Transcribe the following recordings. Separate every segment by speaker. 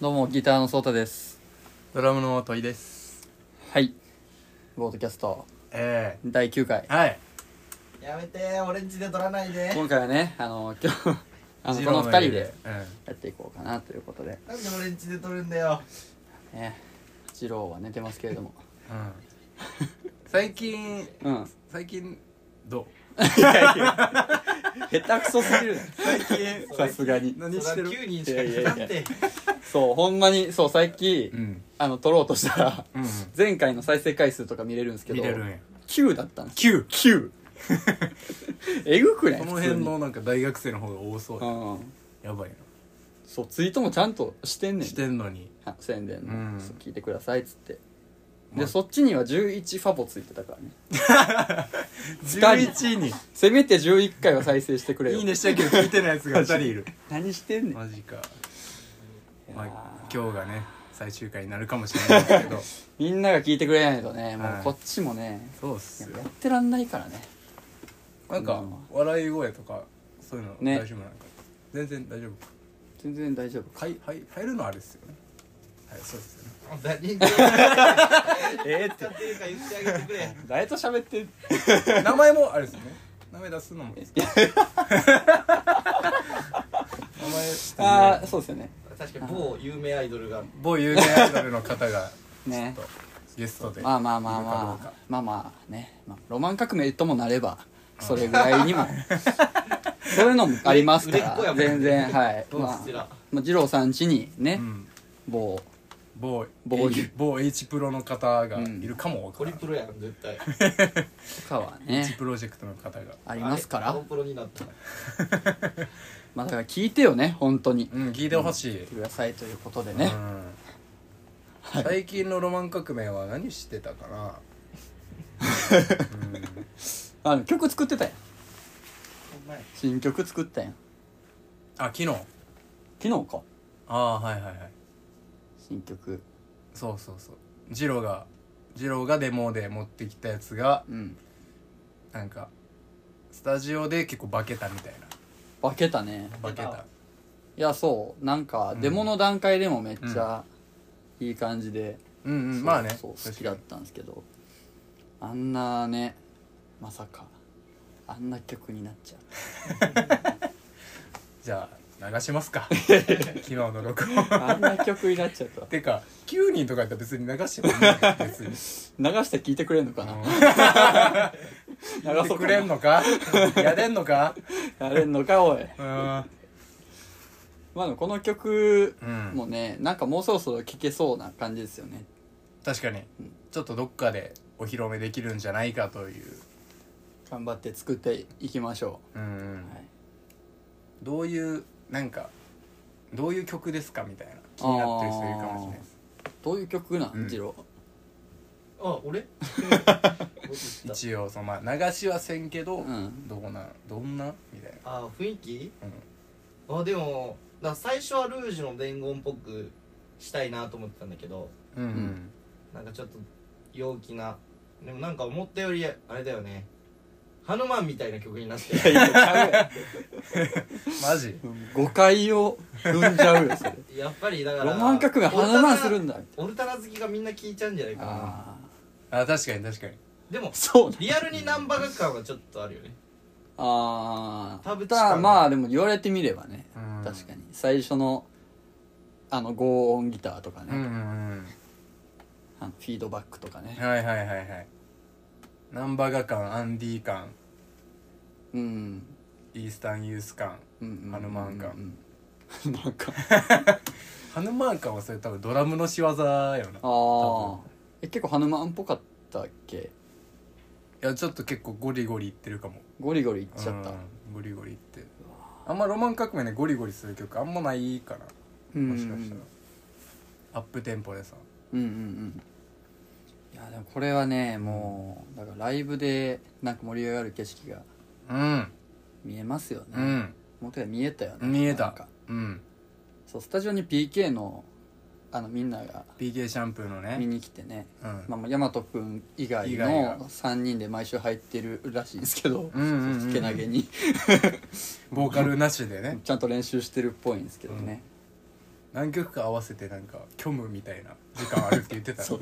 Speaker 1: どうもギターのソータです
Speaker 2: ドラムの問いです
Speaker 1: はいボードキャスト
Speaker 2: え
Speaker 1: 第9回
Speaker 2: えはい
Speaker 3: やめてオレンジで取らないで
Speaker 1: 今回はねあの今日あの
Speaker 2: ジ
Speaker 1: こ
Speaker 2: ロ
Speaker 1: の2
Speaker 2: ー
Speaker 1: 人
Speaker 2: 家
Speaker 1: で
Speaker 2: うん
Speaker 1: やっていこうかなということで
Speaker 3: なんでオレンジで取るんだよ
Speaker 1: ね二郎は寝てますけれども
Speaker 2: うん、最近
Speaker 1: うん
Speaker 2: 最近ど
Speaker 1: 下手くそすぎる
Speaker 2: う最近
Speaker 1: さすがに
Speaker 2: 何してる
Speaker 3: そりゃ9人しか
Speaker 1: いやい
Speaker 3: い
Speaker 1: や
Speaker 3: ないい
Speaker 1: や
Speaker 3: って
Speaker 1: そうほんまにそう最近、
Speaker 2: うん
Speaker 1: あの撮ろうとしたら
Speaker 2: うん
Speaker 1: 前回の再生回数とか見れるんですけど
Speaker 2: 見れるんや
Speaker 1: 9だったんです
Speaker 2: 9
Speaker 1: 9えぐくない
Speaker 2: この辺のなんか大学生の方が多
Speaker 1: 普
Speaker 2: そう
Speaker 1: 通
Speaker 2: や
Speaker 1: にうん
Speaker 2: やばい
Speaker 1: そうツイートもちゃんとしてんね
Speaker 2: なんしてんのに
Speaker 1: あ宣伝の、
Speaker 2: うん
Speaker 1: そう聞いてくださいっつって
Speaker 2: ま
Speaker 1: で
Speaker 2: あ
Speaker 1: そっちには11ファボついてたからね
Speaker 2: 11人
Speaker 1: せめて11回は再生してくれよ
Speaker 2: いいねしたけど聞いてないやつが2人いる
Speaker 1: 何してんねん、
Speaker 2: マジか、ま
Speaker 1: いや
Speaker 2: あ、
Speaker 1: ー
Speaker 2: 今日がね最終回になるかもしれない ですけど
Speaker 1: みんなが聞いてくれないとねもう
Speaker 2: はい
Speaker 1: こっちもね、
Speaker 2: そうっすよ
Speaker 1: やってらんないからね
Speaker 2: なんか
Speaker 1: うん
Speaker 2: 笑い声とかそういうの
Speaker 1: ね
Speaker 2: 大丈夫なんか全然大丈夫
Speaker 1: 全然大丈夫
Speaker 2: はいはい入るのはあれですよねはいそうですよね
Speaker 3: 何が
Speaker 1: えー、っ
Speaker 3: 使ってるか言ってあげてくれ
Speaker 1: 誰と喋ってん
Speaker 2: 名前もあれですよね名前出すのもいいですか名前ちょっと
Speaker 1: あ
Speaker 2: ね
Speaker 1: あそうですよね
Speaker 3: 確かに某有名アイドルが
Speaker 2: 某有名アイドルの方が
Speaker 1: ね
Speaker 2: ゲストで
Speaker 1: まあまあまあ
Speaker 2: いるかどう
Speaker 1: まあ
Speaker 2: か
Speaker 1: まあまあね、まあ、ロマン革命ともなればそれぐらいにもそういうのもありますか
Speaker 3: 売れっ子や
Speaker 1: ら
Speaker 3: もんね
Speaker 1: 全然はい
Speaker 3: どう
Speaker 1: まあ
Speaker 3: すちら
Speaker 1: まあ二郎さん家にね、
Speaker 2: うん
Speaker 1: 某
Speaker 2: 某
Speaker 1: 某
Speaker 2: H- 某 H プロの方がいるかもわか
Speaker 3: コ
Speaker 2: ら
Speaker 3: リ
Speaker 2: ん
Speaker 3: プロやん絶対
Speaker 1: とかは
Speaker 2: H
Speaker 1: ね
Speaker 2: プロジェクトの方が
Speaker 1: ありますから
Speaker 3: コリプロになった
Speaker 1: まあだから聞いてよね本当に
Speaker 2: うん聞いてほしい
Speaker 1: くださいということで
Speaker 2: う
Speaker 1: ね、
Speaker 2: ん最近のロマン革命は何してたかなうん
Speaker 1: あの曲作ってたやん
Speaker 3: お前
Speaker 1: 新曲作ったやん
Speaker 2: あ昨日
Speaker 1: 昨日か
Speaker 2: ああはいはいはい
Speaker 1: 新曲
Speaker 2: そうそうそうジロがジロがデモで持ってきたやつが
Speaker 1: うん
Speaker 2: なんかスタジオで結構化けたみたい
Speaker 1: 化けたね
Speaker 2: な化けた
Speaker 1: いやそうなんか
Speaker 2: うん
Speaker 1: デモの段階でもめっちゃいい感じで、
Speaker 2: うんう
Speaker 1: そうん
Speaker 2: まあね
Speaker 1: そう好きだったんですけどあんなねまさかあんな曲になっちゃ
Speaker 2: じゃあ流しま すか昨日の録音
Speaker 1: うあんな曲になっちゃった
Speaker 2: てか9人とかやったら別に流してもいいよ別に
Speaker 1: 流して聞いてくれんのかな
Speaker 2: 流
Speaker 1: 流
Speaker 2: して
Speaker 1: そう
Speaker 2: く
Speaker 1: か
Speaker 2: れん
Speaker 1: な
Speaker 2: のかやれんのか
Speaker 1: やれんのかおい
Speaker 2: うん
Speaker 1: まあでもこの曲
Speaker 2: うん
Speaker 1: もねなんかもうそろそろ聴けそうな感じですよね
Speaker 2: 確かにちょっとどっかでお披露目できるんじゃないかという
Speaker 1: 頑張って作っていきましょ
Speaker 2: うんう
Speaker 1: う、
Speaker 2: ん
Speaker 1: はい、
Speaker 2: どういうなんかどういう曲ですかみたいな気になってる人いるかもしれないです
Speaker 1: どういう曲な
Speaker 2: うん
Speaker 1: ん次郎、
Speaker 3: あ 俺
Speaker 2: 一応そのまあ流しはせんけど、
Speaker 1: うん
Speaker 2: どうなんどんなみたいな
Speaker 3: あ雰囲気
Speaker 2: うん
Speaker 3: あでもだから最初はルージュの伝言っぽくしたいなと思ってたんだけど
Speaker 2: うん、
Speaker 1: ん
Speaker 3: なんかちょっと陽気なでもなんか思ったよりあれだよねハヌマンみたいな曲になって
Speaker 1: いやいやちゃうや
Speaker 2: マジ
Speaker 1: ん誤解を踏んじゃうよそれ
Speaker 3: やっぱりだから
Speaker 1: ロマン革命花まんするんだ
Speaker 3: オルタナ好きがみんな聞いちゃうんじゃないかな
Speaker 1: ああ
Speaker 2: あ確かに確かに
Speaker 3: でも
Speaker 1: そうね
Speaker 3: リアルにナンバー学感はちょっとあるよね
Speaker 1: ああ
Speaker 3: 田淵
Speaker 1: た
Speaker 3: さ
Speaker 1: だ
Speaker 3: ん
Speaker 1: まあでも言われてみればね、
Speaker 2: うん
Speaker 1: 確かに最初のあの合音ギターとかね、
Speaker 2: うんうん
Speaker 1: あのフィードバックとか
Speaker 2: うん
Speaker 1: ね
Speaker 2: はいはいはいはいナンバガ感アンディ感
Speaker 1: うん
Speaker 2: イースタンユース感
Speaker 1: うんうん
Speaker 2: ハヌマン感
Speaker 1: うんなんか
Speaker 2: ハヌマー感はそれ多分ドラムの仕業よな
Speaker 1: ああえ結構ハヌマンっぽかったっけ
Speaker 2: いやちょっと結構ゴリゴリいってるかも
Speaker 1: ゴリゴリいっちゃった
Speaker 2: うんゴリゴリいってあんまロマン革命でゴリゴリする曲あんまないから
Speaker 1: うん
Speaker 2: もしかしたらアップテンポでさ
Speaker 1: うんうんうんいやでもこれはねもうだからライブでなんか盛り上がる景色が
Speaker 2: うん
Speaker 1: 見えますよね、
Speaker 2: うん
Speaker 1: もうてか見えたよね
Speaker 2: 見え
Speaker 1: なん
Speaker 2: た
Speaker 1: か
Speaker 2: うん
Speaker 1: そうスタジオに PK のあのみんなが
Speaker 2: PK シャンプーの
Speaker 1: 見
Speaker 2: ね
Speaker 1: に来てね
Speaker 2: うん
Speaker 1: まあ、大和くん以外
Speaker 2: 以外が
Speaker 1: の3人で毎週入ってるらしいんですけど、
Speaker 2: うんうんうんう ん
Speaker 1: そうけなげに
Speaker 2: ボーカルなしでね
Speaker 1: ちゃんと練習してるっぽいんですけどね、
Speaker 2: 何曲か合わせてなんか虚無みたいな時間あるって言 ってた
Speaker 1: そう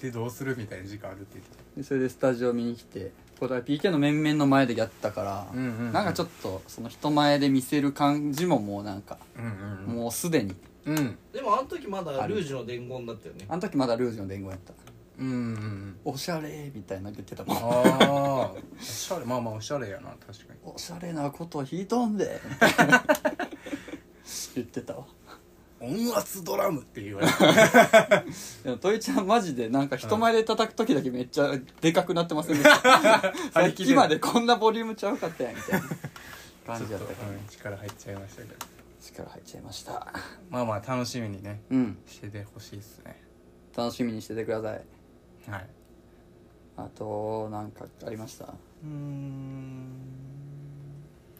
Speaker 2: でどうするみたいな時間あるって言ってた
Speaker 1: でそれでスタジオ見に来てこれは PK の面々の前でやったから、
Speaker 2: うんうんうん
Speaker 1: なんかちょっとその人前で見せる感じももうなんか、
Speaker 2: うん
Speaker 1: もうすでに
Speaker 2: うんうんうん
Speaker 3: でもあの時まだルージュの伝言だったよね
Speaker 1: あの時まだルージュの伝言やった
Speaker 2: うんうんうん
Speaker 1: おしゃれみたいなの言ってたもん
Speaker 2: ああおしゃれまあまあおしゃれやな確かに
Speaker 1: おしゃれなこと弾いとんで言ってたわ
Speaker 2: 音圧ドラムって言われ て
Speaker 1: でもトイちゃんマジでなんか人前で叩く時だけめっちゃでかくなってませんでしたさっきまでこんなボリュームちゃうかったやんみたいな感じ
Speaker 2: ちょ
Speaker 1: だっ
Speaker 2: っと、
Speaker 1: たから
Speaker 2: うん力入っちゃいましたけど
Speaker 1: 力入っちゃいました
Speaker 2: まあまあ楽しみにね
Speaker 1: うん
Speaker 2: しててほしいですね
Speaker 1: 楽しみにしててください
Speaker 2: はい
Speaker 1: あとなんかありました
Speaker 2: うん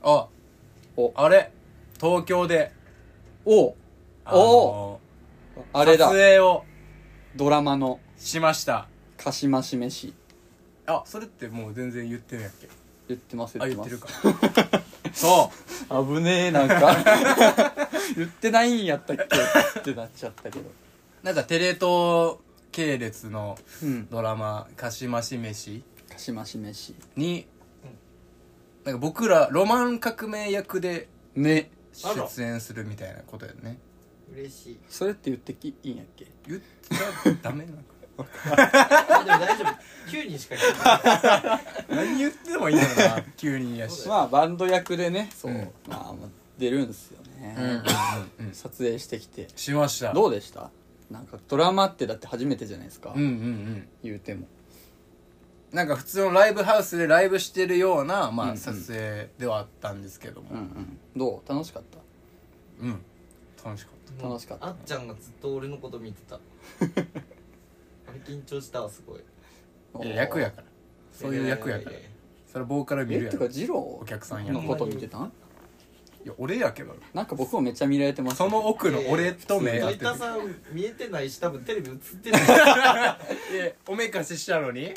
Speaker 2: あ
Speaker 1: お
Speaker 2: あれ東京で
Speaker 1: お
Speaker 2: あの
Speaker 1: あれだ
Speaker 2: 撮影を
Speaker 1: ドラマの
Speaker 2: しました
Speaker 1: 鹿島しめし
Speaker 2: あそれってもう全然言ってるやっけ
Speaker 1: 言ってます
Speaker 2: あ
Speaker 1: 言って
Speaker 2: 言
Speaker 1: ま
Speaker 2: って
Speaker 1: す
Speaker 2: るか そう
Speaker 1: 危ねえなんか 言ってないんやったっけってなっちゃったけど
Speaker 2: なんかテレ東系列の
Speaker 1: うん
Speaker 2: ドラマ「かしまし飯
Speaker 1: 鹿島しめし」
Speaker 2: になんか僕らロマン革命役で
Speaker 1: ね
Speaker 2: 出演するみたいなことやね
Speaker 3: 嬉しい
Speaker 1: それって言ってきいいんやっけ
Speaker 2: 言っちゃダメなのか
Speaker 3: あでも大丈夫9人しか聞いてない
Speaker 2: 何言ってもいいのかな 急にやし
Speaker 1: まあバンド役でねそう、
Speaker 2: うん
Speaker 1: まあ出るんですよね、
Speaker 2: うんうんうんうん
Speaker 1: 撮影してきて
Speaker 2: しました
Speaker 1: どうでしたなんかドラマってだって初めてじゃないですか、
Speaker 2: うんうんうん
Speaker 1: 言うても
Speaker 2: なんか普通のライブハウスでライブしてるような、
Speaker 1: うん
Speaker 2: ま
Speaker 1: う
Speaker 2: あ、
Speaker 1: ん
Speaker 2: 撮影ではあったんですけども
Speaker 1: うんうんどう楽しかった
Speaker 2: うん、楽しかっ
Speaker 1: 楽しかった
Speaker 3: あっちゃんがずっと俺のこと見てたあれ緊張したわすごい
Speaker 2: たいや役やからそういう役や
Speaker 3: い
Speaker 2: から
Speaker 3: いいい
Speaker 2: それボーカル見
Speaker 1: え
Speaker 2: る
Speaker 1: っ
Speaker 2: や
Speaker 1: て
Speaker 2: ろ
Speaker 1: か
Speaker 2: い
Speaker 1: ジロ
Speaker 2: お客さん
Speaker 1: ー
Speaker 2: や
Speaker 1: のこと見てたん
Speaker 2: や俺やけど
Speaker 1: なんか僕もめっちゃ見られてます
Speaker 2: その奥の俺と目
Speaker 3: や
Speaker 2: 合
Speaker 3: っ
Speaker 2: ってて
Speaker 3: 田
Speaker 2: る
Speaker 3: さん見えてないし多分テレビ映ってない
Speaker 2: でおめかししたのに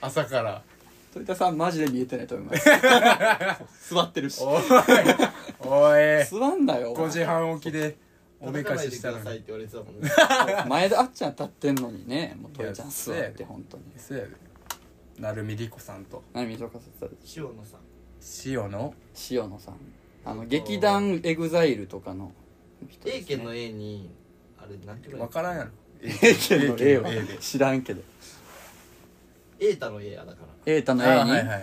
Speaker 2: 朝から
Speaker 1: 鳥田さんマジで見えてないと思います 座ってるし
Speaker 2: おいおい
Speaker 1: 座んなよお
Speaker 2: 5時
Speaker 1: 前
Speaker 2: 半起きでおめ
Speaker 3: 叩
Speaker 2: か
Speaker 3: ない
Speaker 2: し
Speaker 3: で
Speaker 2: し
Speaker 3: く
Speaker 2: た
Speaker 3: だ
Speaker 2: の
Speaker 3: さいっ
Speaker 2: に
Speaker 3: て言われてたもんね
Speaker 1: 前であっちゃん立ってんのにねもう鳥ちゃん
Speaker 2: いや
Speaker 1: 座って本当に
Speaker 2: そうやで成海莉子さんと
Speaker 1: 何水岡さん
Speaker 3: 塩野さん
Speaker 2: 塩の
Speaker 1: 塩野さんあの劇団エグザイルとかの人
Speaker 3: A
Speaker 1: ですね
Speaker 3: 県の A にあれなんていう
Speaker 2: 分からんやろ
Speaker 1: A 県の A は
Speaker 2: A で
Speaker 1: 知らんけど
Speaker 3: 瑛太の A やだから
Speaker 1: 瑛太
Speaker 2: あ
Speaker 1: の A
Speaker 2: はいは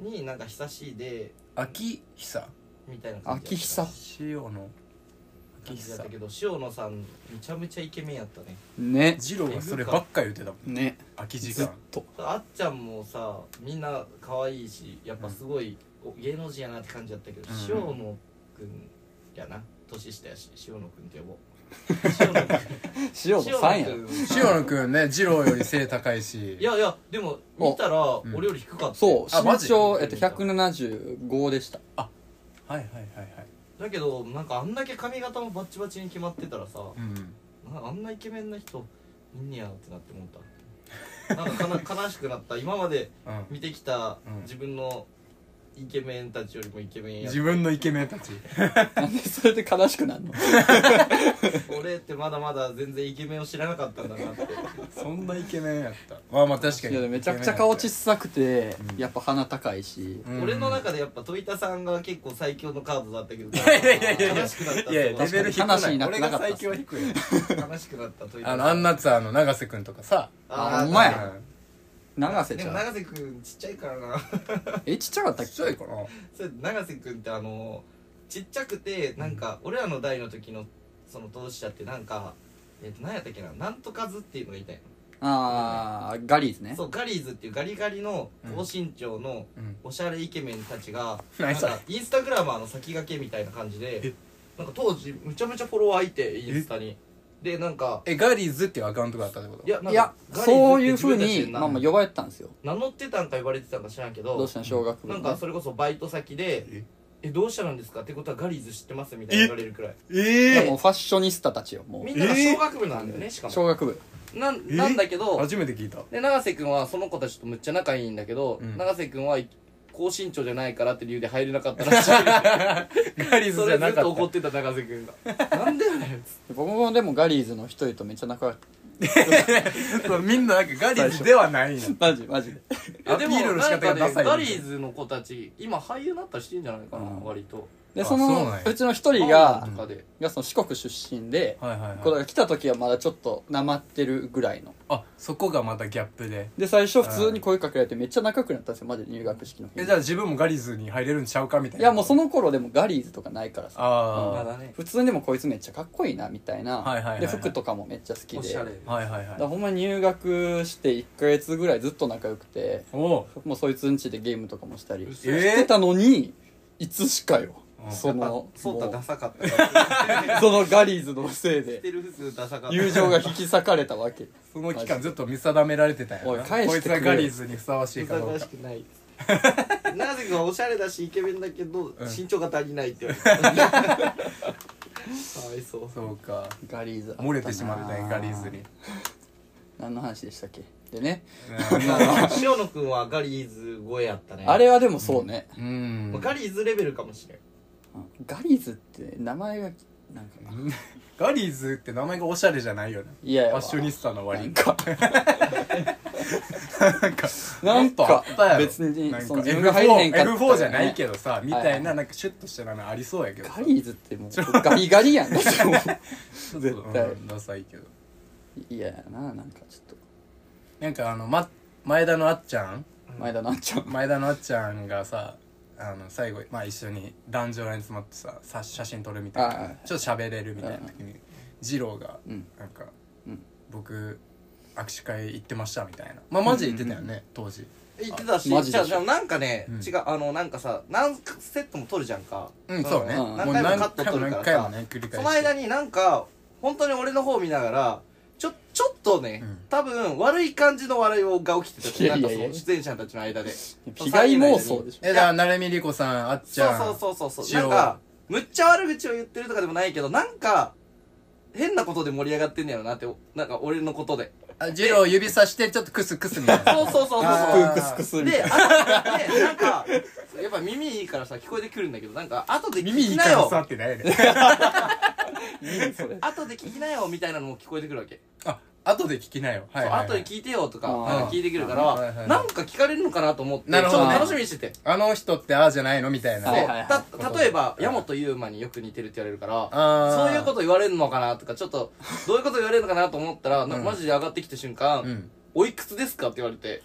Speaker 1: に
Speaker 2: い
Speaker 3: になんか久しいで
Speaker 2: 秋久
Speaker 3: みたいな感じ
Speaker 1: 秋久
Speaker 2: 塩の秋
Speaker 3: 感じだった
Speaker 2: 久
Speaker 3: けど塩野さんめちゃめちゃイケメンやったね
Speaker 1: ね
Speaker 2: 二郎がそればっか言ってたもん
Speaker 1: ね
Speaker 2: 空き時
Speaker 1: ずっ
Speaker 2: 間
Speaker 1: と
Speaker 3: あっちゃんもさみんな可愛いしやっぱすごい、お芸能人やなって感じだったけど、
Speaker 2: うん
Speaker 3: 塩野くんやな年下やし塩野くんって呼ぼう塩野くん
Speaker 1: 塩野さんや
Speaker 3: 塩野くん
Speaker 2: 塩野くんね二郎より背高いし
Speaker 3: いやいやでも見たら
Speaker 2: うん
Speaker 3: 俺より低かった
Speaker 1: そう
Speaker 2: あマ
Speaker 1: 身
Speaker 2: ジ
Speaker 1: 長、えっと、175でした
Speaker 2: はいはいはいはい
Speaker 3: だけどなんかあんだけ髪型もバッチバチに決まってたらさ
Speaker 2: うん
Speaker 3: なあんなイケメンな人いんねやってなって思ったなんか かな悲しくなった今まで
Speaker 2: うん
Speaker 3: 見てきた
Speaker 2: うん
Speaker 3: 自分のイケメンたちよりもイケメンや
Speaker 2: 自分のイケメンたち
Speaker 1: なんでそれで悲しくなるの
Speaker 3: 俺ってまだまだ全然イケメンを知らなかったんだなって
Speaker 2: そんなイケメンやったまあまあ確か
Speaker 1: いや
Speaker 2: に
Speaker 1: めちゃくちゃ顔小
Speaker 2: さ
Speaker 1: さくて
Speaker 2: うん
Speaker 1: やっぱ鼻高いし
Speaker 3: 俺の中でやっぱ戸田さんが結構最強のカードだったけど
Speaker 2: いやいやいやいや
Speaker 3: 悲しくなった
Speaker 2: いやいやレ
Speaker 3: す
Speaker 2: ベル低く
Speaker 1: 確か
Speaker 2: な
Speaker 1: に
Speaker 2: い俺が最
Speaker 1: 話に
Speaker 2: 強低い
Speaker 3: ごい悲しくなった戸
Speaker 2: あ
Speaker 3: 田さん
Speaker 2: のアンナッツァーの永瀬くんとかさ
Speaker 1: あほんま
Speaker 2: う
Speaker 1: や
Speaker 2: ん
Speaker 1: 永瀬
Speaker 3: で
Speaker 1: ち
Speaker 3: も
Speaker 1: ゃん
Speaker 3: 永瀬くんちっちゃいからな
Speaker 1: えちっちゃかった
Speaker 2: ち
Speaker 1: っ
Speaker 2: っちゃい
Speaker 1: け
Speaker 2: かな
Speaker 3: それ永瀬くんってあのちっちゃくてなんか俺らの代の時のその当事者ってなんかえっと何やったっけななんとかずっていうのがいたよ
Speaker 1: ああガリーズね
Speaker 3: そうガリーズっていうガリガリの
Speaker 2: うん
Speaker 3: 高身長の
Speaker 2: うん
Speaker 3: おしゃれイケメンた ちがな
Speaker 2: 何
Speaker 3: ん
Speaker 2: それ
Speaker 3: かインスタグラマーの先駆けみたいな感じで
Speaker 2: え
Speaker 3: なんか当時むちゃむちゃフォロワーいてインスタにでなんか
Speaker 2: えガリーズっていうアカウントがあったってこと
Speaker 3: いやなんか
Speaker 1: いや
Speaker 3: ガリーズって
Speaker 1: そういうふうに
Speaker 3: 自分たちでな
Speaker 1: まあまあ呼ばれてたんですよ
Speaker 3: 名乗ってたんか言われてたんか知らんけど
Speaker 1: どうしたの小学部
Speaker 3: な
Speaker 1: の
Speaker 3: んかそれこそバイト先で
Speaker 2: え
Speaker 3: 「えどうしたなんですか?」ってことはガリーズ知ってますみたいな言われるくらい
Speaker 1: いやも
Speaker 2: え
Speaker 1: うファッショニスタたちよも
Speaker 3: みんなが小学部なんだよねしか
Speaker 1: う
Speaker 3: も
Speaker 1: 小学部
Speaker 3: なん
Speaker 2: え
Speaker 3: なんだけど
Speaker 2: 初めて聞いた
Speaker 3: で永瀬君はその子たちとむっちゃ仲いいんだけど
Speaker 2: うん
Speaker 3: 永瀬君は高身長じゃないからって理由で入れなかったらしい
Speaker 2: ガリズ
Speaker 3: そ
Speaker 2: じゃ
Speaker 3: れず
Speaker 2: な
Speaker 3: っ
Speaker 2: か
Speaker 3: と
Speaker 2: っ
Speaker 3: 怒ったてた高瀬君が なんでよね
Speaker 1: 僕もでもガリーズの人とめっちゃ仲良かっ
Speaker 2: そうみんななんかガリズではないの
Speaker 1: たマジマジで
Speaker 2: アピールの仕方がダサい
Speaker 3: ガリーズの子たち今俳優になったりしてんじゃないかな、
Speaker 2: うん
Speaker 3: 割と
Speaker 1: でそ
Speaker 2: そう
Speaker 1: の
Speaker 2: なんや
Speaker 1: うちの一人
Speaker 3: パ
Speaker 1: が
Speaker 3: ンとかで、
Speaker 1: がその四国出身で
Speaker 2: はいはい
Speaker 1: こ
Speaker 2: はい
Speaker 1: れ来た時はまだちょっとなまってるぐらいの
Speaker 2: あそこがまたギャップで
Speaker 1: で最初普通に声かけられてめっちゃ仲良くなったんですよマジで入学式の日
Speaker 2: えじゃあ自分もガリズに入れるんちゃうかみたい
Speaker 1: い
Speaker 2: な
Speaker 1: やもうその頃でもガリーズとかないからさ
Speaker 2: あ
Speaker 3: まだね
Speaker 1: 普通にでもこいつめっちゃかっこいいなみたいな、
Speaker 2: はいはいはいはい
Speaker 1: で服とかもめっちゃ好きで
Speaker 3: おしゃれ
Speaker 2: あはいはい
Speaker 1: だから
Speaker 2: はい
Speaker 1: ほんまに入学して1ヶ月ぐらいずっと仲良くて
Speaker 2: おお
Speaker 1: もうそいつんちでゲームとかもしたりし
Speaker 3: 嘘
Speaker 2: え
Speaker 1: て
Speaker 2: え
Speaker 1: たのにいつしかよ、
Speaker 2: うん
Speaker 1: その
Speaker 3: そう
Speaker 1: も
Speaker 3: た
Speaker 1: う
Speaker 3: ダサかったから
Speaker 1: そのガリーズのせい
Speaker 3: 知っ
Speaker 1: で
Speaker 3: てる普通ダサかった
Speaker 1: 友情が引き裂かれたわけ
Speaker 2: その期間ずっと見定められてたよ
Speaker 1: おい返
Speaker 2: こ
Speaker 1: して
Speaker 2: いつ
Speaker 1: くれ
Speaker 2: はガリズにふさわしいかど
Speaker 3: 難
Speaker 2: う
Speaker 3: し
Speaker 2: か
Speaker 3: くないなぜかおしゃれだしイケメンだけど、身長が足りないって言われ たかわいそう
Speaker 2: そうか
Speaker 1: ガリーズあったな
Speaker 2: 漏れてしまったねガリズに
Speaker 1: 何の話でしたっけでね
Speaker 3: 塩野君はガリーズ超えやったね
Speaker 1: あれはでもそうね、
Speaker 2: う
Speaker 3: まあ
Speaker 2: ん
Speaker 3: ガリーズレベルかもしれん
Speaker 1: ガリーズって名前がなんかな
Speaker 2: ガリズって名前がおしゃれじゃないよね
Speaker 1: いやいや
Speaker 2: ファッショニスタの割
Speaker 1: なん
Speaker 2: に
Speaker 1: かな
Speaker 2: なんん
Speaker 1: か
Speaker 2: か
Speaker 1: 別に
Speaker 2: なん
Speaker 1: そ
Speaker 2: か
Speaker 1: の自分が入んねんかったら
Speaker 2: F4
Speaker 1: ね
Speaker 2: F4 じゃないけどさみた
Speaker 1: はい
Speaker 2: いななんかシュッとしたのありそうやけどさ
Speaker 1: ガリーズってもうガリガリやんだっても
Speaker 2: ちょっと
Speaker 1: 絶対
Speaker 2: うんダサいけど
Speaker 1: ういややななんかちょっ
Speaker 2: なんかあのま前田のあっちゃん
Speaker 1: と前田なっちゃん
Speaker 2: 前田のあっちゃんがさあの最後、まあ、一緒に壇上に詰まってささ写真撮るみたい
Speaker 1: はい
Speaker 2: な
Speaker 1: はい
Speaker 2: ちょっと喋れるみたいな時に二郎が
Speaker 1: うん
Speaker 2: なんか、
Speaker 1: うん
Speaker 2: 僕握手会行ってましたみたいなまあマジで言ってたよね、当時
Speaker 3: 言ってたし
Speaker 1: マジで
Speaker 3: じゃあじゃあなんかね、
Speaker 2: うん
Speaker 3: 違うあのなんかさ何セットも取るじゃんか
Speaker 2: うんそうね、
Speaker 1: うん
Speaker 2: もう
Speaker 3: 何回もカット取る
Speaker 2: 何
Speaker 3: か
Speaker 2: 回
Speaker 3: ら
Speaker 2: も
Speaker 3: さ
Speaker 2: ね繰り返して
Speaker 3: その間になんか本当に俺の方見ながらちょちょっとね、
Speaker 2: うん
Speaker 3: 多分悪い感じの笑いが起きてた
Speaker 1: い
Speaker 3: し
Speaker 1: や
Speaker 3: ないん
Speaker 1: や
Speaker 3: か
Speaker 1: い
Speaker 3: そ
Speaker 1: や
Speaker 3: の出演者たちの間で
Speaker 1: 被害妄想でしょ
Speaker 2: えだから成美莉子さんあっちゃん
Speaker 3: そうそうそうそう
Speaker 2: 一
Speaker 3: な
Speaker 2: 応
Speaker 3: んかむっちゃ悪口を言ってるとかでもないけどなんか変なことで盛り上がってんねやろなってなんか俺のことで
Speaker 2: あ二郎指さしてちょっとクスクスみたいな
Speaker 3: そうそうそうそう
Speaker 2: あ
Speaker 3: そう
Speaker 2: ー
Speaker 1: クスクスクスみたい
Speaker 3: で
Speaker 1: な
Speaker 3: あとでなんかやっぱ耳いいからさ聞こえてくるんだけどなんか後で
Speaker 2: 耳
Speaker 3: 聞
Speaker 2: に
Speaker 3: き
Speaker 2: か
Speaker 3: な
Speaker 2: らさ
Speaker 3: よ
Speaker 2: ってないよね
Speaker 1: 何それ
Speaker 3: 後で聞きなよみたいなのも聞こえてくるわけ、
Speaker 2: あ後で聞きなよはいはい、はい、
Speaker 3: そう後で聞いてよとか
Speaker 1: あー
Speaker 3: なんか聞いてくるか
Speaker 2: はいはいは
Speaker 3: ら
Speaker 2: い
Speaker 3: なんか聞かれるのかなと思ってちょ
Speaker 2: な
Speaker 3: っ
Speaker 2: るほど
Speaker 3: と楽しみにしてて
Speaker 2: あの人ってああじゃないのみたいな
Speaker 1: はい
Speaker 3: で
Speaker 1: はい
Speaker 3: た例えば
Speaker 2: はい
Speaker 3: 矢本悠馬によく似てるって言われるから
Speaker 2: あー
Speaker 3: そういうこと言われるのかなとかちょ っとどういうこと言われるのかなと思ったら、な
Speaker 2: うん
Speaker 3: マジで上がってきた瞬間、
Speaker 2: うん
Speaker 3: おいくつですかって言われて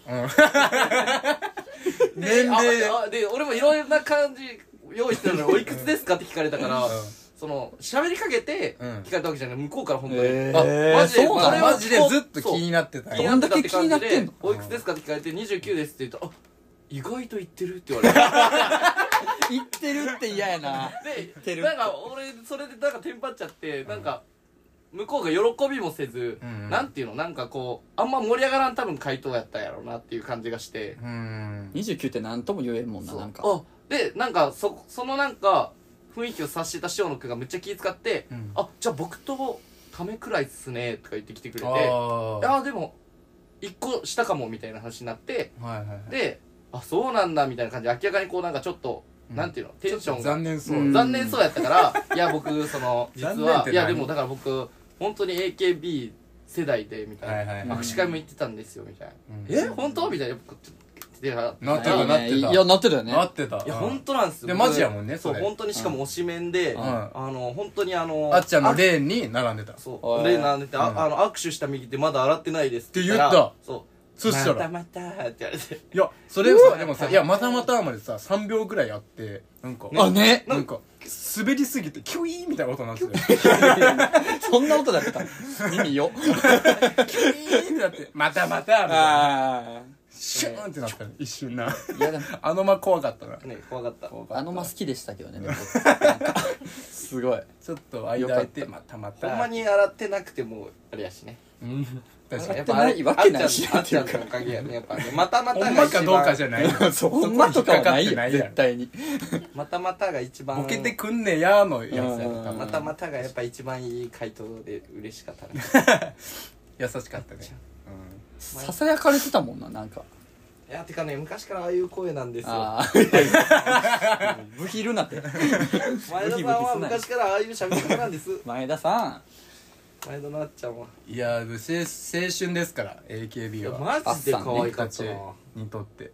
Speaker 2: うん年
Speaker 3: あ
Speaker 2: 齢
Speaker 3: あ で俺もいろいろな感じ用意して たのにおいくつですかって聞かれたから、
Speaker 2: うん
Speaker 3: その喋りかけて
Speaker 2: うん
Speaker 3: 聞かれたわけじゃない向こうから本当に、
Speaker 1: えー
Speaker 2: ー
Speaker 3: マジで
Speaker 1: そう
Speaker 3: あ
Speaker 1: な
Speaker 3: れ
Speaker 1: の
Speaker 3: は
Speaker 2: マジでずっと気になってたん
Speaker 3: 気に
Speaker 2: や
Speaker 3: なってたって感
Speaker 1: どんだけ気になっ
Speaker 3: じ
Speaker 1: てん
Speaker 3: で
Speaker 1: の
Speaker 3: 「おいくつですか?」って聞かれて「29です」って言うと「あ意外と言ってる」って言われて。
Speaker 1: 言ってるって嫌やなて
Speaker 3: で
Speaker 1: る
Speaker 3: なんか俺それでなんかテンパっちゃってなんか向こうが喜びもせず、
Speaker 2: うん
Speaker 3: なんていうのなんかこうあんま盛り上がらん多分回答やったんやろうなっていう感じがして、
Speaker 2: うん
Speaker 1: 29って何とも言えんもんな
Speaker 3: そう
Speaker 1: なんか
Speaker 3: あでなんかそそのなんか雰囲気を察した塩野君がめっちゃ気遣って「
Speaker 2: うん
Speaker 3: あじゃあ僕とためくらいっすね」とか言ってきてくれて「
Speaker 2: あ
Speaker 3: あ
Speaker 2: ー
Speaker 3: あでも一個したかも」みたいな話になって
Speaker 2: はいはいはい
Speaker 3: で「あそうなんだ」みたいな感じで明らかにこうなんかちょっと、
Speaker 2: うん
Speaker 3: なんていうのテンションが
Speaker 2: 残念そう、
Speaker 1: うん
Speaker 3: 残念そうやったからいや僕その実
Speaker 2: 残念っ
Speaker 3: は
Speaker 2: て
Speaker 3: いやで
Speaker 2: 何
Speaker 3: もだから僕本当に AKB 世代でみたいな、
Speaker 2: はいはい
Speaker 1: はい
Speaker 3: 握手会も行ってたんですよみたいな、
Speaker 2: うん
Speaker 3: え本当みたいなやっぱこうやってやって
Speaker 2: なって
Speaker 1: い
Speaker 2: た
Speaker 1: い
Speaker 2: なって
Speaker 1: ね
Speaker 2: た
Speaker 1: いやなってたよね
Speaker 2: なってた
Speaker 3: いや本
Speaker 2: 当
Speaker 3: 当なんですよ
Speaker 2: で
Speaker 3: 僕
Speaker 2: マジやもんね
Speaker 3: そう
Speaker 2: それ
Speaker 3: 本当にしかも推しメンで、
Speaker 1: うん
Speaker 3: あの本当にあの
Speaker 2: あっちゃんのレーンに並んでた
Speaker 1: お
Speaker 3: そ
Speaker 1: いう
Speaker 3: でなんでて、あ
Speaker 2: うん
Speaker 3: あの握手した右手まだ洗ってないですって
Speaker 2: って言った
Speaker 3: そう
Speaker 2: そしたら
Speaker 3: またまたって言われて
Speaker 2: いやそれさ
Speaker 3: う
Speaker 2: でもさ「いやまたまた」までさ3秒ぐらいあってなんか
Speaker 1: あね
Speaker 2: なんか滑りすぎてキュイーンみたいな音なん ですよ
Speaker 1: そんな音だってた耳よ
Speaker 2: キュイーンってなって「またまた」みたいな
Speaker 1: あ
Speaker 2: シューンってなったね一瞬な
Speaker 1: あいやでも
Speaker 2: あの間怖かったな
Speaker 3: ね怖かった
Speaker 2: 怖かった
Speaker 1: あの間好きでしたけどねでもなんかすごい
Speaker 2: ちょっと間空いて「またまた」
Speaker 3: ほんまに洗ってなくてもあれやしね
Speaker 2: うん確かに
Speaker 3: や
Speaker 1: っ
Speaker 3: ってぱ
Speaker 1: ないわけないし
Speaker 3: あっちゃんあっちゃんのおかげやねやっぱねまたまた
Speaker 2: ほ
Speaker 3: が
Speaker 2: んま
Speaker 3: 一番
Speaker 2: かどうかじゃない よ
Speaker 1: そうほんまとかはない
Speaker 2: そ
Speaker 1: よ
Speaker 2: こに引っかかってないやん
Speaker 1: 絶対に
Speaker 3: またまたが一番
Speaker 2: ボケてくんねやーのやつや
Speaker 1: うん
Speaker 2: った
Speaker 3: またまたがやっぱ一番いい回答で嬉しか ったね
Speaker 2: 優しかったね
Speaker 1: ささやかれてたもんななんか
Speaker 3: いやてかね昔からああいう声なんですよ
Speaker 1: ああいやいやブヒるなって
Speaker 3: 前田さんは昔からああいう喋り方な んです
Speaker 1: 前田さん
Speaker 3: 前田なっちゃんはい
Speaker 2: やーせ青春ですから AKB は
Speaker 3: マジで可愛かったな、
Speaker 2: 僕たちにとって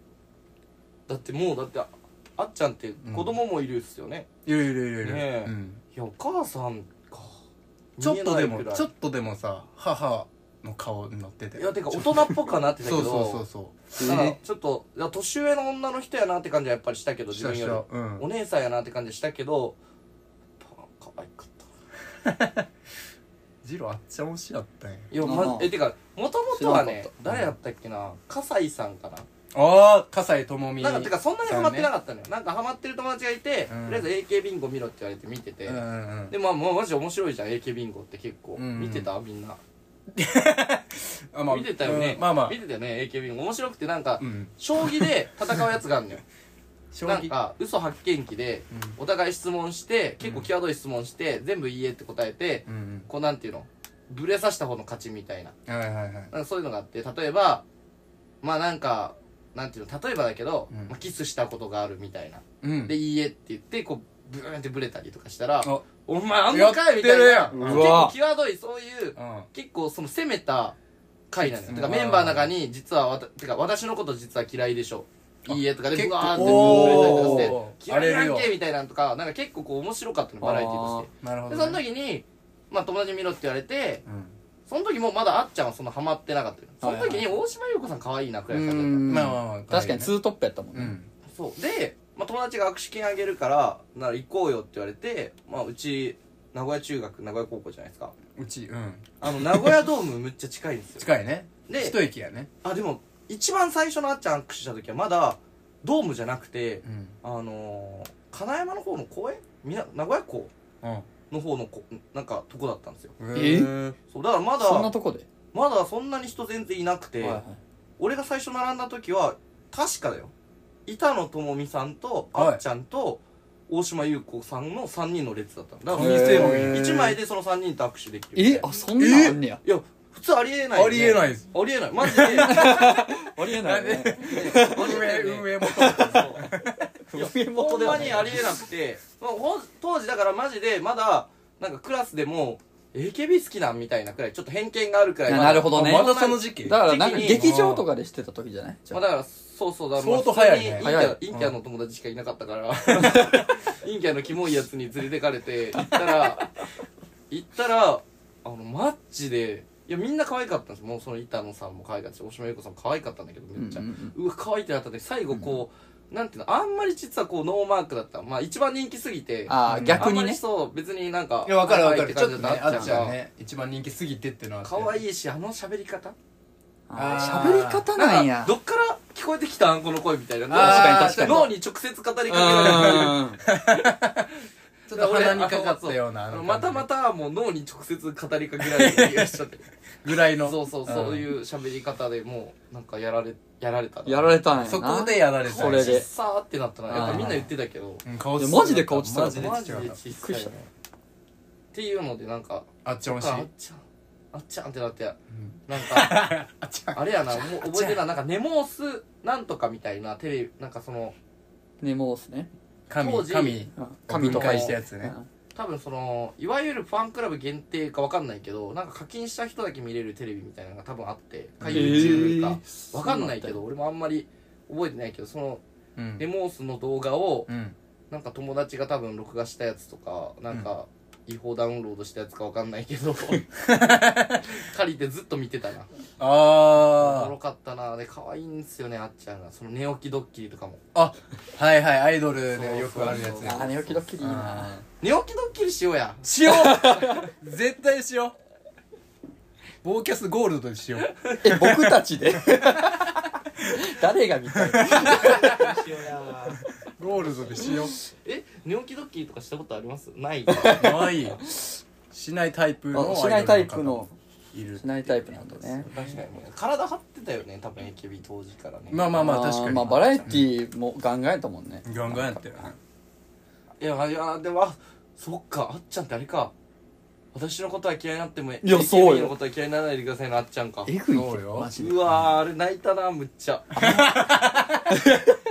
Speaker 3: だってもうだってああっちゃんって子供もいるっすよね、
Speaker 2: いるいるいるいる、
Speaker 3: ねえ
Speaker 2: うん、
Speaker 3: いやお母さんか
Speaker 2: ちょっとで
Speaker 3: 見
Speaker 2: も
Speaker 3: えないくらい
Speaker 2: ちょっとでもさ母の顔に乗ってて
Speaker 3: いやてか大人っぽくはなってたけ
Speaker 2: そ
Speaker 3: ど
Speaker 2: うそうそうそ
Speaker 3: だから
Speaker 1: え
Speaker 3: ちょっといや年上の女の人やなって感じはやっぱりしたけど
Speaker 2: う
Speaker 3: 自
Speaker 2: した
Speaker 3: 分
Speaker 2: し
Speaker 3: よ
Speaker 2: た
Speaker 3: り
Speaker 2: うん
Speaker 3: お姉さんやなって感じしたけどやっぱ可愛かった
Speaker 2: ジローあっちゃん推しだったんや
Speaker 3: いや、
Speaker 1: あ
Speaker 3: ま
Speaker 1: あ、
Speaker 3: えてかもともとは
Speaker 1: 知らなか
Speaker 3: ね
Speaker 1: っ
Speaker 3: 誰やったっけな葛西さんかな
Speaker 2: ああ葛西智美
Speaker 3: なんかてかそんなにハマってなかったのよなんかハマってる友達がいて
Speaker 2: うん
Speaker 3: とりあえず AK ビンゴ見ろって言われて見てて
Speaker 2: うんうんうん
Speaker 3: でまあもうマジ面白いじゃん AK ビンゴって結構
Speaker 2: うんうん
Speaker 3: 見てたみんな
Speaker 2: あまあ
Speaker 3: 見てたよね
Speaker 2: うんまあまあ
Speaker 3: 見てたよね AK ビンゴ面白くてなんか
Speaker 2: うん
Speaker 3: 将棋で戦うやつがあんのよ
Speaker 2: 将
Speaker 3: なん
Speaker 2: 棋
Speaker 3: か嘘発見器でお互い質問して結構際どい質問して全部「いいえ」って答えて
Speaker 2: うんうん
Speaker 3: こうなんていうのブレさした方の勝ちみたいな
Speaker 2: うんはいはいはい
Speaker 3: なんかそういうのがあって例えばまあなんかなんていうの例えばだけど、
Speaker 2: うん
Speaker 3: まあ、キスしたことがあるみたいな、
Speaker 2: うん
Speaker 3: で「いいえ」って言ってこうブーンってブレたりとかしたら
Speaker 2: あ
Speaker 3: 「お前あんのかい!」みたい
Speaker 2: やっ
Speaker 3: な
Speaker 2: て
Speaker 1: るや
Speaker 3: 結
Speaker 1: んうわ
Speaker 3: 構際どいそうい
Speaker 2: う
Speaker 3: う
Speaker 2: ん
Speaker 3: 結構その攻めた回なのよ
Speaker 2: うん
Speaker 3: てかメンバーの中に実はわたてか私のこと実は嫌いでしょ
Speaker 2: あ
Speaker 3: いいえとかで
Speaker 2: 結
Speaker 3: ブ
Speaker 2: 構
Speaker 3: ワーってブレたりと
Speaker 2: お
Speaker 3: かし
Speaker 2: ー
Speaker 3: て嫌いやん
Speaker 2: 荒れ
Speaker 3: け
Speaker 2: る
Speaker 3: みたいなのとかなんか結構こう面白かったのバラエティーとし
Speaker 2: なるほ
Speaker 3: てで
Speaker 2: ど
Speaker 3: その
Speaker 2: ね
Speaker 3: 時にまあ友達に見ろって言われて
Speaker 2: うん
Speaker 3: その時もまだあっちゃんはそんなハマってなかったよその時
Speaker 1: はい
Speaker 3: に大島優子さん可愛いなくらい
Speaker 1: う
Speaker 3: の感じだっ
Speaker 1: ん
Speaker 2: まあまあまあ
Speaker 1: 確かにツートップやったもん
Speaker 2: う
Speaker 1: ね
Speaker 2: ん
Speaker 3: たそうで、まあ、友達が握手券あげるからなら行こうよって言われて、まあ、うち名古屋中学名古屋高校じゃないですか
Speaker 2: うちうん
Speaker 3: あの名古屋ドームむっちゃ近いんですよ
Speaker 2: 近いね
Speaker 3: で
Speaker 2: 一駅やね
Speaker 3: あでも一番最初のあっちゃん握手した時はまだドームじゃなくて
Speaker 2: うん
Speaker 3: あのー、金山の方の公園みな名古屋港
Speaker 2: うん
Speaker 3: の方のこなんかとこだったんですよ
Speaker 1: え
Speaker 2: え
Speaker 3: そうだからま
Speaker 1: そんな
Speaker 3: だ
Speaker 1: とこで
Speaker 3: まだそんなに人全然いなくて、
Speaker 1: はいはい
Speaker 3: 俺が最初並んだ時は確かだよ板野友美さんとあ
Speaker 2: はい
Speaker 3: っちゃんと大島優子さんの3人の列だったのだ
Speaker 2: お
Speaker 3: か
Speaker 1: へ
Speaker 3: ら
Speaker 2: 店もいい
Speaker 3: 1枚でその3人と握手できるみた
Speaker 1: え
Speaker 3: いな
Speaker 1: あそんなんあんねや
Speaker 3: いや普通ありえないよね
Speaker 2: ありえないです
Speaker 3: ありえないマ ジであ
Speaker 1: ありえないよね
Speaker 3: り
Speaker 2: 運営
Speaker 3: えないよ
Speaker 2: 運
Speaker 3: ね
Speaker 2: 営も
Speaker 1: 上
Speaker 3: ほ
Speaker 1: 元
Speaker 3: ん
Speaker 1: では
Speaker 3: ま
Speaker 1: な
Speaker 3: に
Speaker 1: い
Speaker 3: ありえなくてまあほん当時だからマジでまだなんかクラスでも AKB 好きなんみたいなくらいちょっと偏見があるくらい
Speaker 1: いやなるほどね
Speaker 2: まだその時期
Speaker 1: だからなんか
Speaker 3: 時期に
Speaker 1: 劇場とかでしてた時じゃないじゃ
Speaker 3: ま
Speaker 1: あ
Speaker 3: あだからそうそうだから
Speaker 2: 相当早いね
Speaker 3: まあ
Speaker 1: 早い
Speaker 3: 普通に陰キャ陰キャの友達しかいなかったから陰キャのキモいやつに連れてかれて行ったら行ったらあのマッチでいやみんな可愛かったんですもうその板野さんも可愛かったし大島優子さんも可愛かったんだけどめっちゃ、
Speaker 1: う
Speaker 3: うん
Speaker 1: うん
Speaker 3: わ可愛いってなったんで最後こう、なんていうのあんまり実はこうノーマークだったまあ一番人気すぎて
Speaker 1: ああ逆に
Speaker 3: あんまり
Speaker 1: ね
Speaker 3: そう別になんか
Speaker 2: いや分かる分か
Speaker 3: はいはい
Speaker 2: るち
Speaker 3: って感
Speaker 2: ょっと
Speaker 3: じ
Speaker 2: ね
Speaker 3: だった
Speaker 2: あっちゃん
Speaker 3: が
Speaker 2: ね一番人気すぎてっていうのは
Speaker 3: 可
Speaker 2: い
Speaker 3: 愛いしあの喋り方
Speaker 1: あ
Speaker 2: あ
Speaker 1: ー
Speaker 2: ー
Speaker 1: 喋り方なん
Speaker 3: なん
Speaker 1: や
Speaker 3: かどっから聞こえてきたんこの声みたいな
Speaker 1: あー確かに確かに
Speaker 3: 脳に直接語りかけ
Speaker 1: う
Speaker 3: られてる
Speaker 1: ーん
Speaker 2: ちょっと鼻にかかったようなあの感じ
Speaker 3: またまたもう脳に直接語りかけられてる人で
Speaker 2: ぐらいの
Speaker 3: そうそうそういう喋り方でもうなんかやられやられたな
Speaker 1: やられたんやな
Speaker 2: そこでやられた
Speaker 1: それで
Speaker 3: 小さーってなったなやっぱみんな言ってたけど
Speaker 2: うん顔
Speaker 1: いや
Speaker 2: ちっちゃ
Speaker 1: マジで顔ちっちゃかった
Speaker 2: マ
Speaker 3: マ
Speaker 2: ジ
Speaker 3: ジ
Speaker 2: で
Speaker 3: で
Speaker 2: ちっちゃかっ
Speaker 3: 小
Speaker 1: っくり
Speaker 3: さい
Speaker 1: した
Speaker 3: ねっていうのでなんか
Speaker 2: たあっちゃん
Speaker 3: あ
Speaker 2: 推
Speaker 3: っ
Speaker 2: し
Speaker 3: ちゃんあっちゃんってなってなんか
Speaker 2: あっちゃん
Speaker 3: あれやなもう覚えてるななんかネモースなんとかみたいなテレビなんかその
Speaker 1: ねもうすね
Speaker 3: 当
Speaker 2: 神
Speaker 3: 時
Speaker 2: 神
Speaker 1: うん
Speaker 2: 神
Speaker 1: 神
Speaker 2: と
Speaker 1: と
Speaker 3: か
Speaker 2: 解したやつね
Speaker 1: う
Speaker 3: 多分そのいわゆるファンクラブ限定かわかんないけどなんか課金した人だけ見れるテレビみたいなのが多分あってか YouTube か
Speaker 1: ー
Speaker 3: わかんないけど俺もあんまり覚えてないけどその
Speaker 2: うん
Speaker 3: デモースの動画を
Speaker 2: うん
Speaker 3: なんか友達が多分録画したやつとかなんか違法ダウンロードしたやつかわかんないけ ど借りてずっと見てたなおも
Speaker 2: あ
Speaker 3: ろかったなで可愛いんですよねあっちゃんがその寝起きドッキリとかも
Speaker 2: ああはいはいアイドルでよくあるやつ
Speaker 3: そう
Speaker 1: あー
Speaker 2: ね
Speaker 1: 寝起きドッキリいいな
Speaker 2: あ
Speaker 3: 寝起きドッキリしようや
Speaker 2: ーしよう 絶対しようボーキャスゴールドにしよう
Speaker 1: え僕たちで 誰が見たい
Speaker 2: ゴールドでしよう
Speaker 3: え寝起きドッキリとかしたことありますない
Speaker 2: 可愛いしないタイプの
Speaker 1: あしないタイプの
Speaker 2: アイドルの方もいる
Speaker 1: しないタイプなんだね
Speaker 3: 確かにね体張ってたよね多分 AKB 当時からね、
Speaker 2: まあまあまあ確かに
Speaker 1: まあバラエティーもガンガンやったもんね
Speaker 2: ガンガンやったよね
Speaker 3: いやいやでもあそっかあっちゃんってあれか私のことは嫌いになってもい
Speaker 1: いやそうよ
Speaker 3: のことは嫌いにならないでくださいのあっちゃんか
Speaker 1: えぐいって
Speaker 2: そうよ
Speaker 1: マジで
Speaker 3: うわーあれ泣いたなむっ ちゃ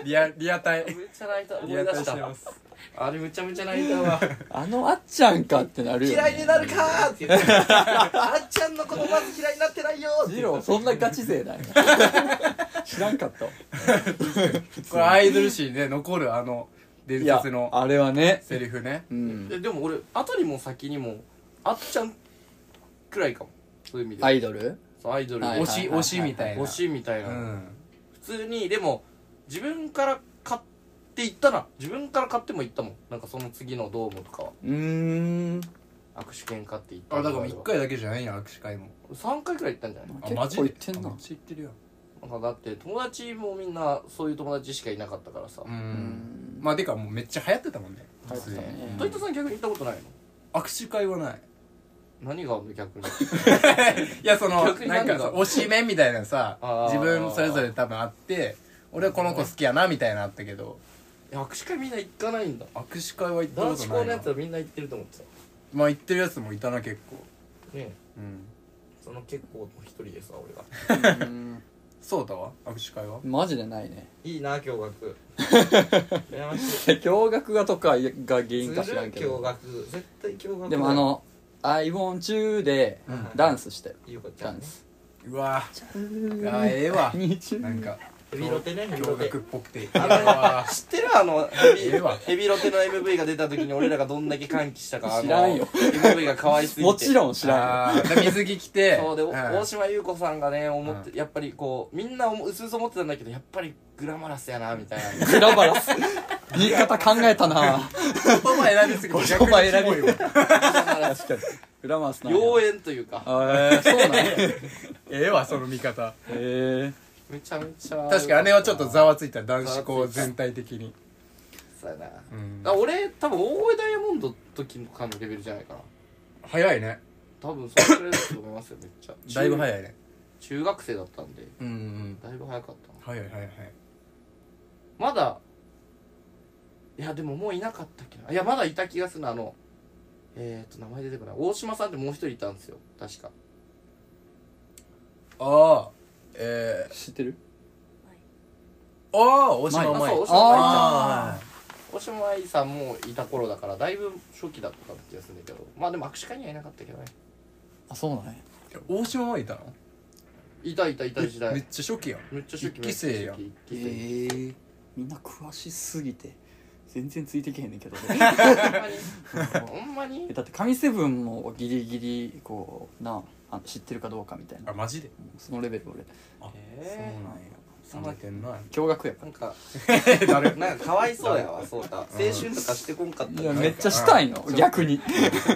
Speaker 2: リアリアタイ
Speaker 3: めっちゃ泣いた
Speaker 2: リ
Speaker 3: 思
Speaker 2: ア
Speaker 3: い
Speaker 2: タ
Speaker 3: 出
Speaker 2: イし
Speaker 3: し
Speaker 2: て
Speaker 3: た
Speaker 2: ます
Speaker 3: あれめちゃめちゃ泣いた わ
Speaker 1: あのあっちゃんかってなるよ、ね、
Speaker 3: 嫌いになるかーって言ってあっちゃんのことまず嫌いになってないよーって
Speaker 1: ジ
Speaker 3: 言
Speaker 1: ロー
Speaker 3: って
Speaker 1: そんなガチ勢だよ 知らんかったわ
Speaker 2: これアイドル誌で残るあのデ
Speaker 1: い
Speaker 2: ビュ
Speaker 1: や
Speaker 2: スの
Speaker 1: あれはね
Speaker 2: セリフね
Speaker 1: うん
Speaker 3: えでも俺後にも先にもあっちゃんくらいかもそういう意味で、
Speaker 1: アイドル
Speaker 3: そうアイドル、
Speaker 1: は
Speaker 2: 推
Speaker 1: い
Speaker 2: し推しみたいな
Speaker 3: 推しみたいうな、
Speaker 2: ん
Speaker 3: 普通にでも自分から買っていったな自分から買っても行ったもんなんかその次のドームとかは
Speaker 1: うーん
Speaker 3: 握手券買って行った
Speaker 2: あだから1回だけじゃないよ握手会も
Speaker 3: 3回くらい行ったんじゃない
Speaker 2: あ
Speaker 1: 結構
Speaker 2: マジで
Speaker 1: 行ってんな
Speaker 2: あめっちゃ行ってるよ
Speaker 3: なんかだって友達もみんなそういう友達しかいなかったからさ
Speaker 2: う
Speaker 1: うんん
Speaker 2: まあてかもうめっちゃ流行ってたもんね
Speaker 1: 流行ってたね
Speaker 2: 普通に
Speaker 3: 戸、イさん逆に行ったことないの
Speaker 2: 握手会はない
Speaker 3: 何がある の逆に
Speaker 2: いやその
Speaker 3: 逆に
Speaker 2: な
Speaker 3: 何
Speaker 2: ん
Speaker 3: が
Speaker 2: かさ推し面みたい なさ
Speaker 3: あー
Speaker 2: 自分それぞれ多分あって俺はこの子好きやなみたいなのあったけど
Speaker 3: 握手会みんな行かないんだ
Speaker 2: 握手会は行ったこ
Speaker 3: 男子
Speaker 2: と
Speaker 3: 校の
Speaker 2: な
Speaker 3: や
Speaker 2: い
Speaker 3: つ
Speaker 2: な
Speaker 3: はみんな行ってると思ってたね
Speaker 2: まあ行ってるやつもいたな結構
Speaker 3: え
Speaker 2: うん
Speaker 3: その結構一人でさ俺が
Speaker 1: うん
Speaker 2: そうだわ握手会は
Speaker 1: マジでないね
Speaker 3: いいな驚 愕羨ましい
Speaker 1: 驚愕がとかが原因か知
Speaker 3: ずる
Speaker 1: ら
Speaker 3: い
Speaker 1: んけ
Speaker 3: 驚
Speaker 1: ど
Speaker 3: 愕絶対驚愕だよ
Speaker 1: でもあの「アイボン中」で
Speaker 2: うん
Speaker 1: ダンスしてる
Speaker 3: ゆうこちゃ
Speaker 1: ダ
Speaker 3: ん
Speaker 1: ン
Speaker 3: ね
Speaker 1: ス
Speaker 2: う
Speaker 1: 「
Speaker 2: わあええわ
Speaker 1: にちゅ
Speaker 2: なんか
Speaker 3: ヘビロテねヘビロ
Speaker 2: 驚
Speaker 3: テ
Speaker 2: 愕っぽくて
Speaker 3: あれは知ってるあのヘビ
Speaker 2: ええわ
Speaker 3: ヘビロテの MV が出た時に俺らがどんだけ歓喜したかあの
Speaker 1: 知らんよ
Speaker 3: MV が可愛すぎて
Speaker 1: もちろん知らんよ
Speaker 2: あー水着着て
Speaker 3: そうで、お
Speaker 2: ん
Speaker 3: 大島優子さんがね思って、やっぱりこうみんな思うすうす思ってたんだけどやっぱりグラマラスやなみたいな
Speaker 1: グラバラス言い方考えたな
Speaker 2: 言葉選びすぎて
Speaker 1: 言葉選び
Speaker 2: 逆にキモいわ
Speaker 1: 確かにグラマラスなんや
Speaker 3: 妖艶というか
Speaker 1: あえーそうなんやへ
Speaker 2: ええわその見方
Speaker 1: え
Speaker 3: めちゃめちゃ
Speaker 2: 確かにあれはちょっとざわついた男子
Speaker 3: ざわ
Speaker 2: 校
Speaker 3: ついた
Speaker 2: 全体的に
Speaker 3: そうやな、だか
Speaker 2: うん
Speaker 3: ら俺多分大声ダイヤモンドの時の感じレベルじゃないかな
Speaker 2: 早いね
Speaker 3: 多分それくらいだと思いますよめっちゃ
Speaker 2: だいぶ
Speaker 3: い
Speaker 2: 早いね
Speaker 3: 中学生だったんで
Speaker 2: うんうん
Speaker 3: だいぶ早かった
Speaker 2: 早
Speaker 3: な
Speaker 2: い早い早い
Speaker 3: まだいやでももういなかったっけないやまだいた気がするなあのえっ、ー、と名前出てこない大島さんってもう一人いたんですよ確か
Speaker 2: ああえー
Speaker 1: 知ってる
Speaker 2: ああ大島
Speaker 1: 前
Speaker 2: 舞
Speaker 3: あそう大島舞ちゃん
Speaker 2: あ
Speaker 3: 大島愛さんもいた頃だからだいぶ初期だったかな気がするんだけどまあでも握手会にはいなかったけどね
Speaker 1: あそうなんや
Speaker 2: ー大島舞いたの
Speaker 3: いたいたいた時代
Speaker 2: め
Speaker 3: め
Speaker 2: っちゃ初期やん
Speaker 3: っちゃ初期
Speaker 2: 一期生やん
Speaker 3: めっち
Speaker 1: へ
Speaker 3: ゃ初期一期
Speaker 1: えみんな詳しすぎて全然ついてけへんねんけ どね
Speaker 3: 生ほんまに ほんまに
Speaker 1: だって神セブンもギリギリこうなあ知ってるかどうかみたいな
Speaker 2: あマジで
Speaker 1: そのレベル俺
Speaker 3: え
Speaker 2: そうなんや
Speaker 3: ん
Speaker 2: 覚えてんな
Speaker 1: 驚愕や
Speaker 3: ー
Speaker 1: か
Speaker 3: なんか
Speaker 2: 誰
Speaker 3: なんかかわいそうやわそうた青春とかしてこんかった
Speaker 1: ら
Speaker 3: か
Speaker 1: い
Speaker 3: ら
Speaker 1: やめっちゃしたいの
Speaker 2: うん
Speaker 1: 逆に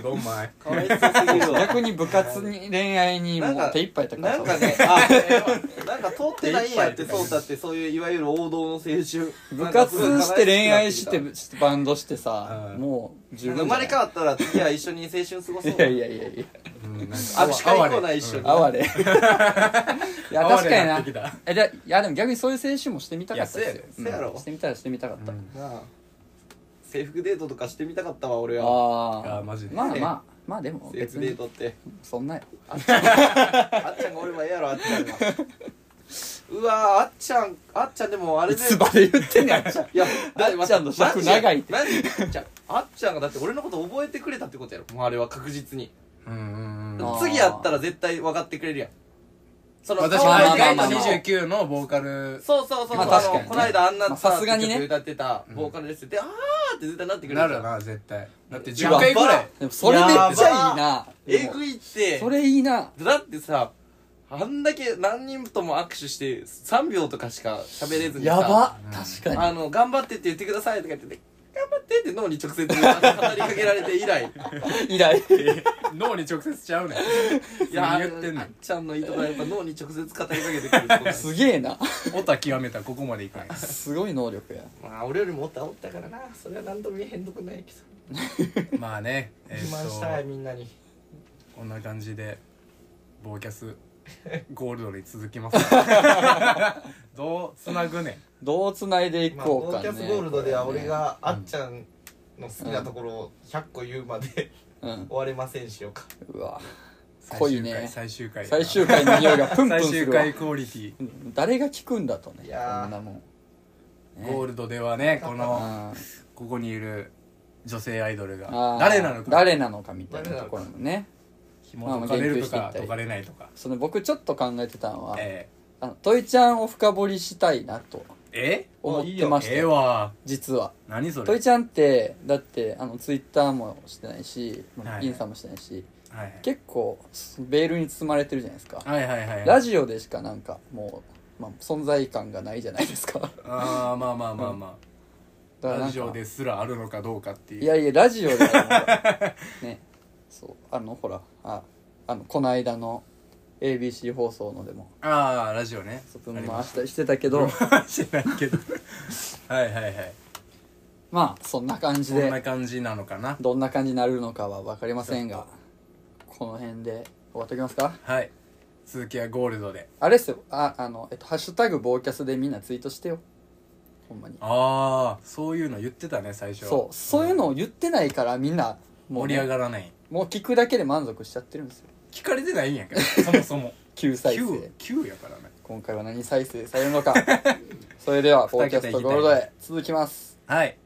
Speaker 2: どんまい
Speaker 3: かわいそうすぎるわ
Speaker 1: 逆に部活に恋愛にも
Speaker 3: なんか
Speaker 1: う手一杯だから
Speaker 3: な
Speaker 1: さ
Speaker 3: んかね、あ、なんか通ってないんやって、そうだって、そういういわゆる王道の青春。
Speaker 1: 部活して恋愛して
Speaker 3: なんか
Speaker 1: してバンドしてさ
Speaker 2: うん
Speaker 1: もう十分
Speaker 3: 生まれ変
Speaker 1: わ
Speaker 3: わったら、次は一緒に青春過ごそう。
Speaker 1: いやいやいやいや
Speaker 3: 握手会来ない一緒に
Speaker 1: 哀 れいや確かにな
Speaker 2: 哀れな
Speaker 1: えでいやでも逆にそういう青春もしてみたかったですよ
Speaker 3: いやそうやろそうやろ
Speaker 1: んしてみたらしてみたかった、
Speaker 2: うん
Speaker 3: なあ制服デートとかしてみたかったわ、俺は。
Speaker 1: あ
Speaker 2: あー
Speaker 1: あ
Speaker 2: マジで
Speaker 1: まあまあまあでも
Speaker 3: 制
Speaker 1: 別
Speaker 3: 服デー
Speaker 1: に
Speaker 3: トって。
Speaker 1: そんな
Speaker 3: あっちゃんが、あっちゃんがおればええやろ、あっちゃんが。うわあっちゃん、あっちゃんでもあれ
Speaker 1: い
Speaker 3: で。
Speaker 1: つま で言ってんねんあっちゃん
Speaker 3: いや、だ
Speaker 1: あっちゃんの尺長いって
Speaker 3: マジでマジでじゃああっちゃんがだって俺のこと覚えてくれたってことやろ。もうあれは確実に。
Speaker 2: うんうんうん
Speaker 1: あー
Speaker 3: 次やったら絶対分かってくれるやんその
Speaker 2: 私
Speaker 1: まあ
Speaker 2: は
Speaker 1: まあ
Speaker 2: 意
Speaker 1: まあ
Speaker 2: 外と
Speaker 1: まあ
Speaker 2: 29のボーカル
Speaker 3: そうそうそうそう、
Speaker 1: まあ
Speaker 3: あ
Speaker 1: 確かに
Speaker 3: の
Speaker 1: ね
Speaker 3: この間あんな
Speaker 1: まあさすがにね
Speaker 3: さ歌ってたボーカルですって、あーって絶対なってくれ
Speaker 2: な
Speaker 3: るじゃ
Speaker 2: る
Speaker 3: ん
Speaker 2: な絶対だって
Speaker 1: や
Speaker 2: 10回ぐらい
Speaker 1: でもそれめっちゃいいな
Speaker 3: え
Speaker 1: でも
Speaker 3: ぐいって
Speaker 1: それいいな
Speaker 3: だってさあんだけ何人とも握手して3秒とかしか喋れずにさ
Speaker 1: やば
Speaker 2: うん
Speaker 1: 確か
Speaker 3: あの頑張ってって言ってくださいとか言ってて頑張ってって脳に直接語りかけられて以 来
Speaker 1: に以来
Speaker 2: 脳に直接ちゃうねん
Speaker 3: いや
Speaker 2: 何言ってんの
Speaker 3: あっちゃんのいいとこはやっぱ脳に直接語りかけてくるとこだ
Speaker 1: す げえな
Speaker 2: オタ極めたらここまでいかない
Speaker 1: すごい能力や
Speaker 3: まあ俺よりもおったおったからなそれは何とも言えへんとこないけど
Speaker 2: ま あねえ
Speaker 3: 自慢したい
Speaker 2: ー、と
Speaker 3: みんなに
Speaker 2: こんな感じでボーキャ スゴールドに続きますどうつなぐねん
Speaker 1: どう繋いでい
Speaker 3: まあボ
Speaker 1: こう
Speaker 3: ー
Speaker 1: か
Speaker 3: キ
Speaker 1: ね
Speaker 3: ャスゴールドでは俺が
Speaker 2: これ
Speaker 3: あ
Speaker 2: ね
Speaker 3: っちゃんの好きなところを100個言うまで、
Speaker 1: うん
Speaker 3: 終われませんしようか
Speaker 1: うわ濃
Speaker 2: 最
Speaker 1: い
Speaker 2: 終
Speaker 1: ね
Speaker 2: 回最終回
Speaker 1: 最終回の匂いがプンプン
Speaker 2: 最
Speaker 1: す
Speaker 2: 終
Speaker 1: るわ
Speaker 2: 回クオリティ
Speaker 1: うん誰が聞くんだとね
Speaker 3: い
Speaker 1: こん
Speaker 3: やー
Speaker 1: なもんね
Speaker 2: ゴールドではねこの
Speaker 1: あー
Speaker 2: ここにいる女性アイドル
Speaker 1: あ
Speaker 2: が
Speaker 1: ー
Speaker 2: 誰なのか
Speaker 1: 誰なのかみたいなところもね
Speaker 2: 紐解かれると
Speaker 1: まあまあ言及し
Speaker 2: か
Speaker 1: ていったり
Speaker 2: 解かれないとか
Speaker 1: その僕ちょっと考えてたのは、
Speaker 2: え
Speaker 1: あのトイちゃんを深掘りしたいなと
Speaker 2: ーえ
Speaker 1: 思ってました
Speaker 2: ええ
Speaker 1: よ
Speaker 2: わ
Speaker 1: 実は
Speaker 2: 何それ
Speaker 1: トイちゃんってだってあのツイッターもしてないし、
Speaker 2: はい
Speaker 1: インスタもしてないし
Speaker 2: はい
Speaker 1: 結構ベールに包まれてるじゃないですか、
Speaker 2: はいはいはい
Speaker 1: ラジオでしかなんかもう、まあ、存在感がないじゃないです かだか
Speaker 2: ああまあまあまあまあ
Speaker 1: らなんか
Speaker 2: ラジオですらあるのかどうかっていう
Speaker 1: いやいやラジオでは もうねそうあのほらああのこの間の ABC 放送のでも
Speaker 2: ああラジオね
Speaker 1: そう分 回したりしてたけど
Speaker 2: 回してないけど はいはいはい
Speaker 1: まあそんな感じ
Speaker 2: そんな
Speaker 1: で
Speaker 2: 感じなのかな
Speaker 1: どんな感じになるのかは分かりませんがこの辺で終わっときますか
Speaker 2: はい続きはゴールドで
Speaker 1: あれっすよああの、えっと「ハッシュタグ棒キャス」でみんなツイートしてよほんまに
Speaker 2: ああそういうの言ってたね最初
Speaker 1: そうそういうのを言ってないからみんなもう,、
Speaker 2: 盛り上がらない
Speaker 1: もう聞くだけで満足しちゃってるんですよ
Speaker 2: 聞かれてない んやからそもそも
Speaker 1: 9再生
Speaker 2: 9 9やからね
Speaker 1: 今回は何再生されるのかそれでは「棒キャストゴールド」へ続きます
Speaker 2: はい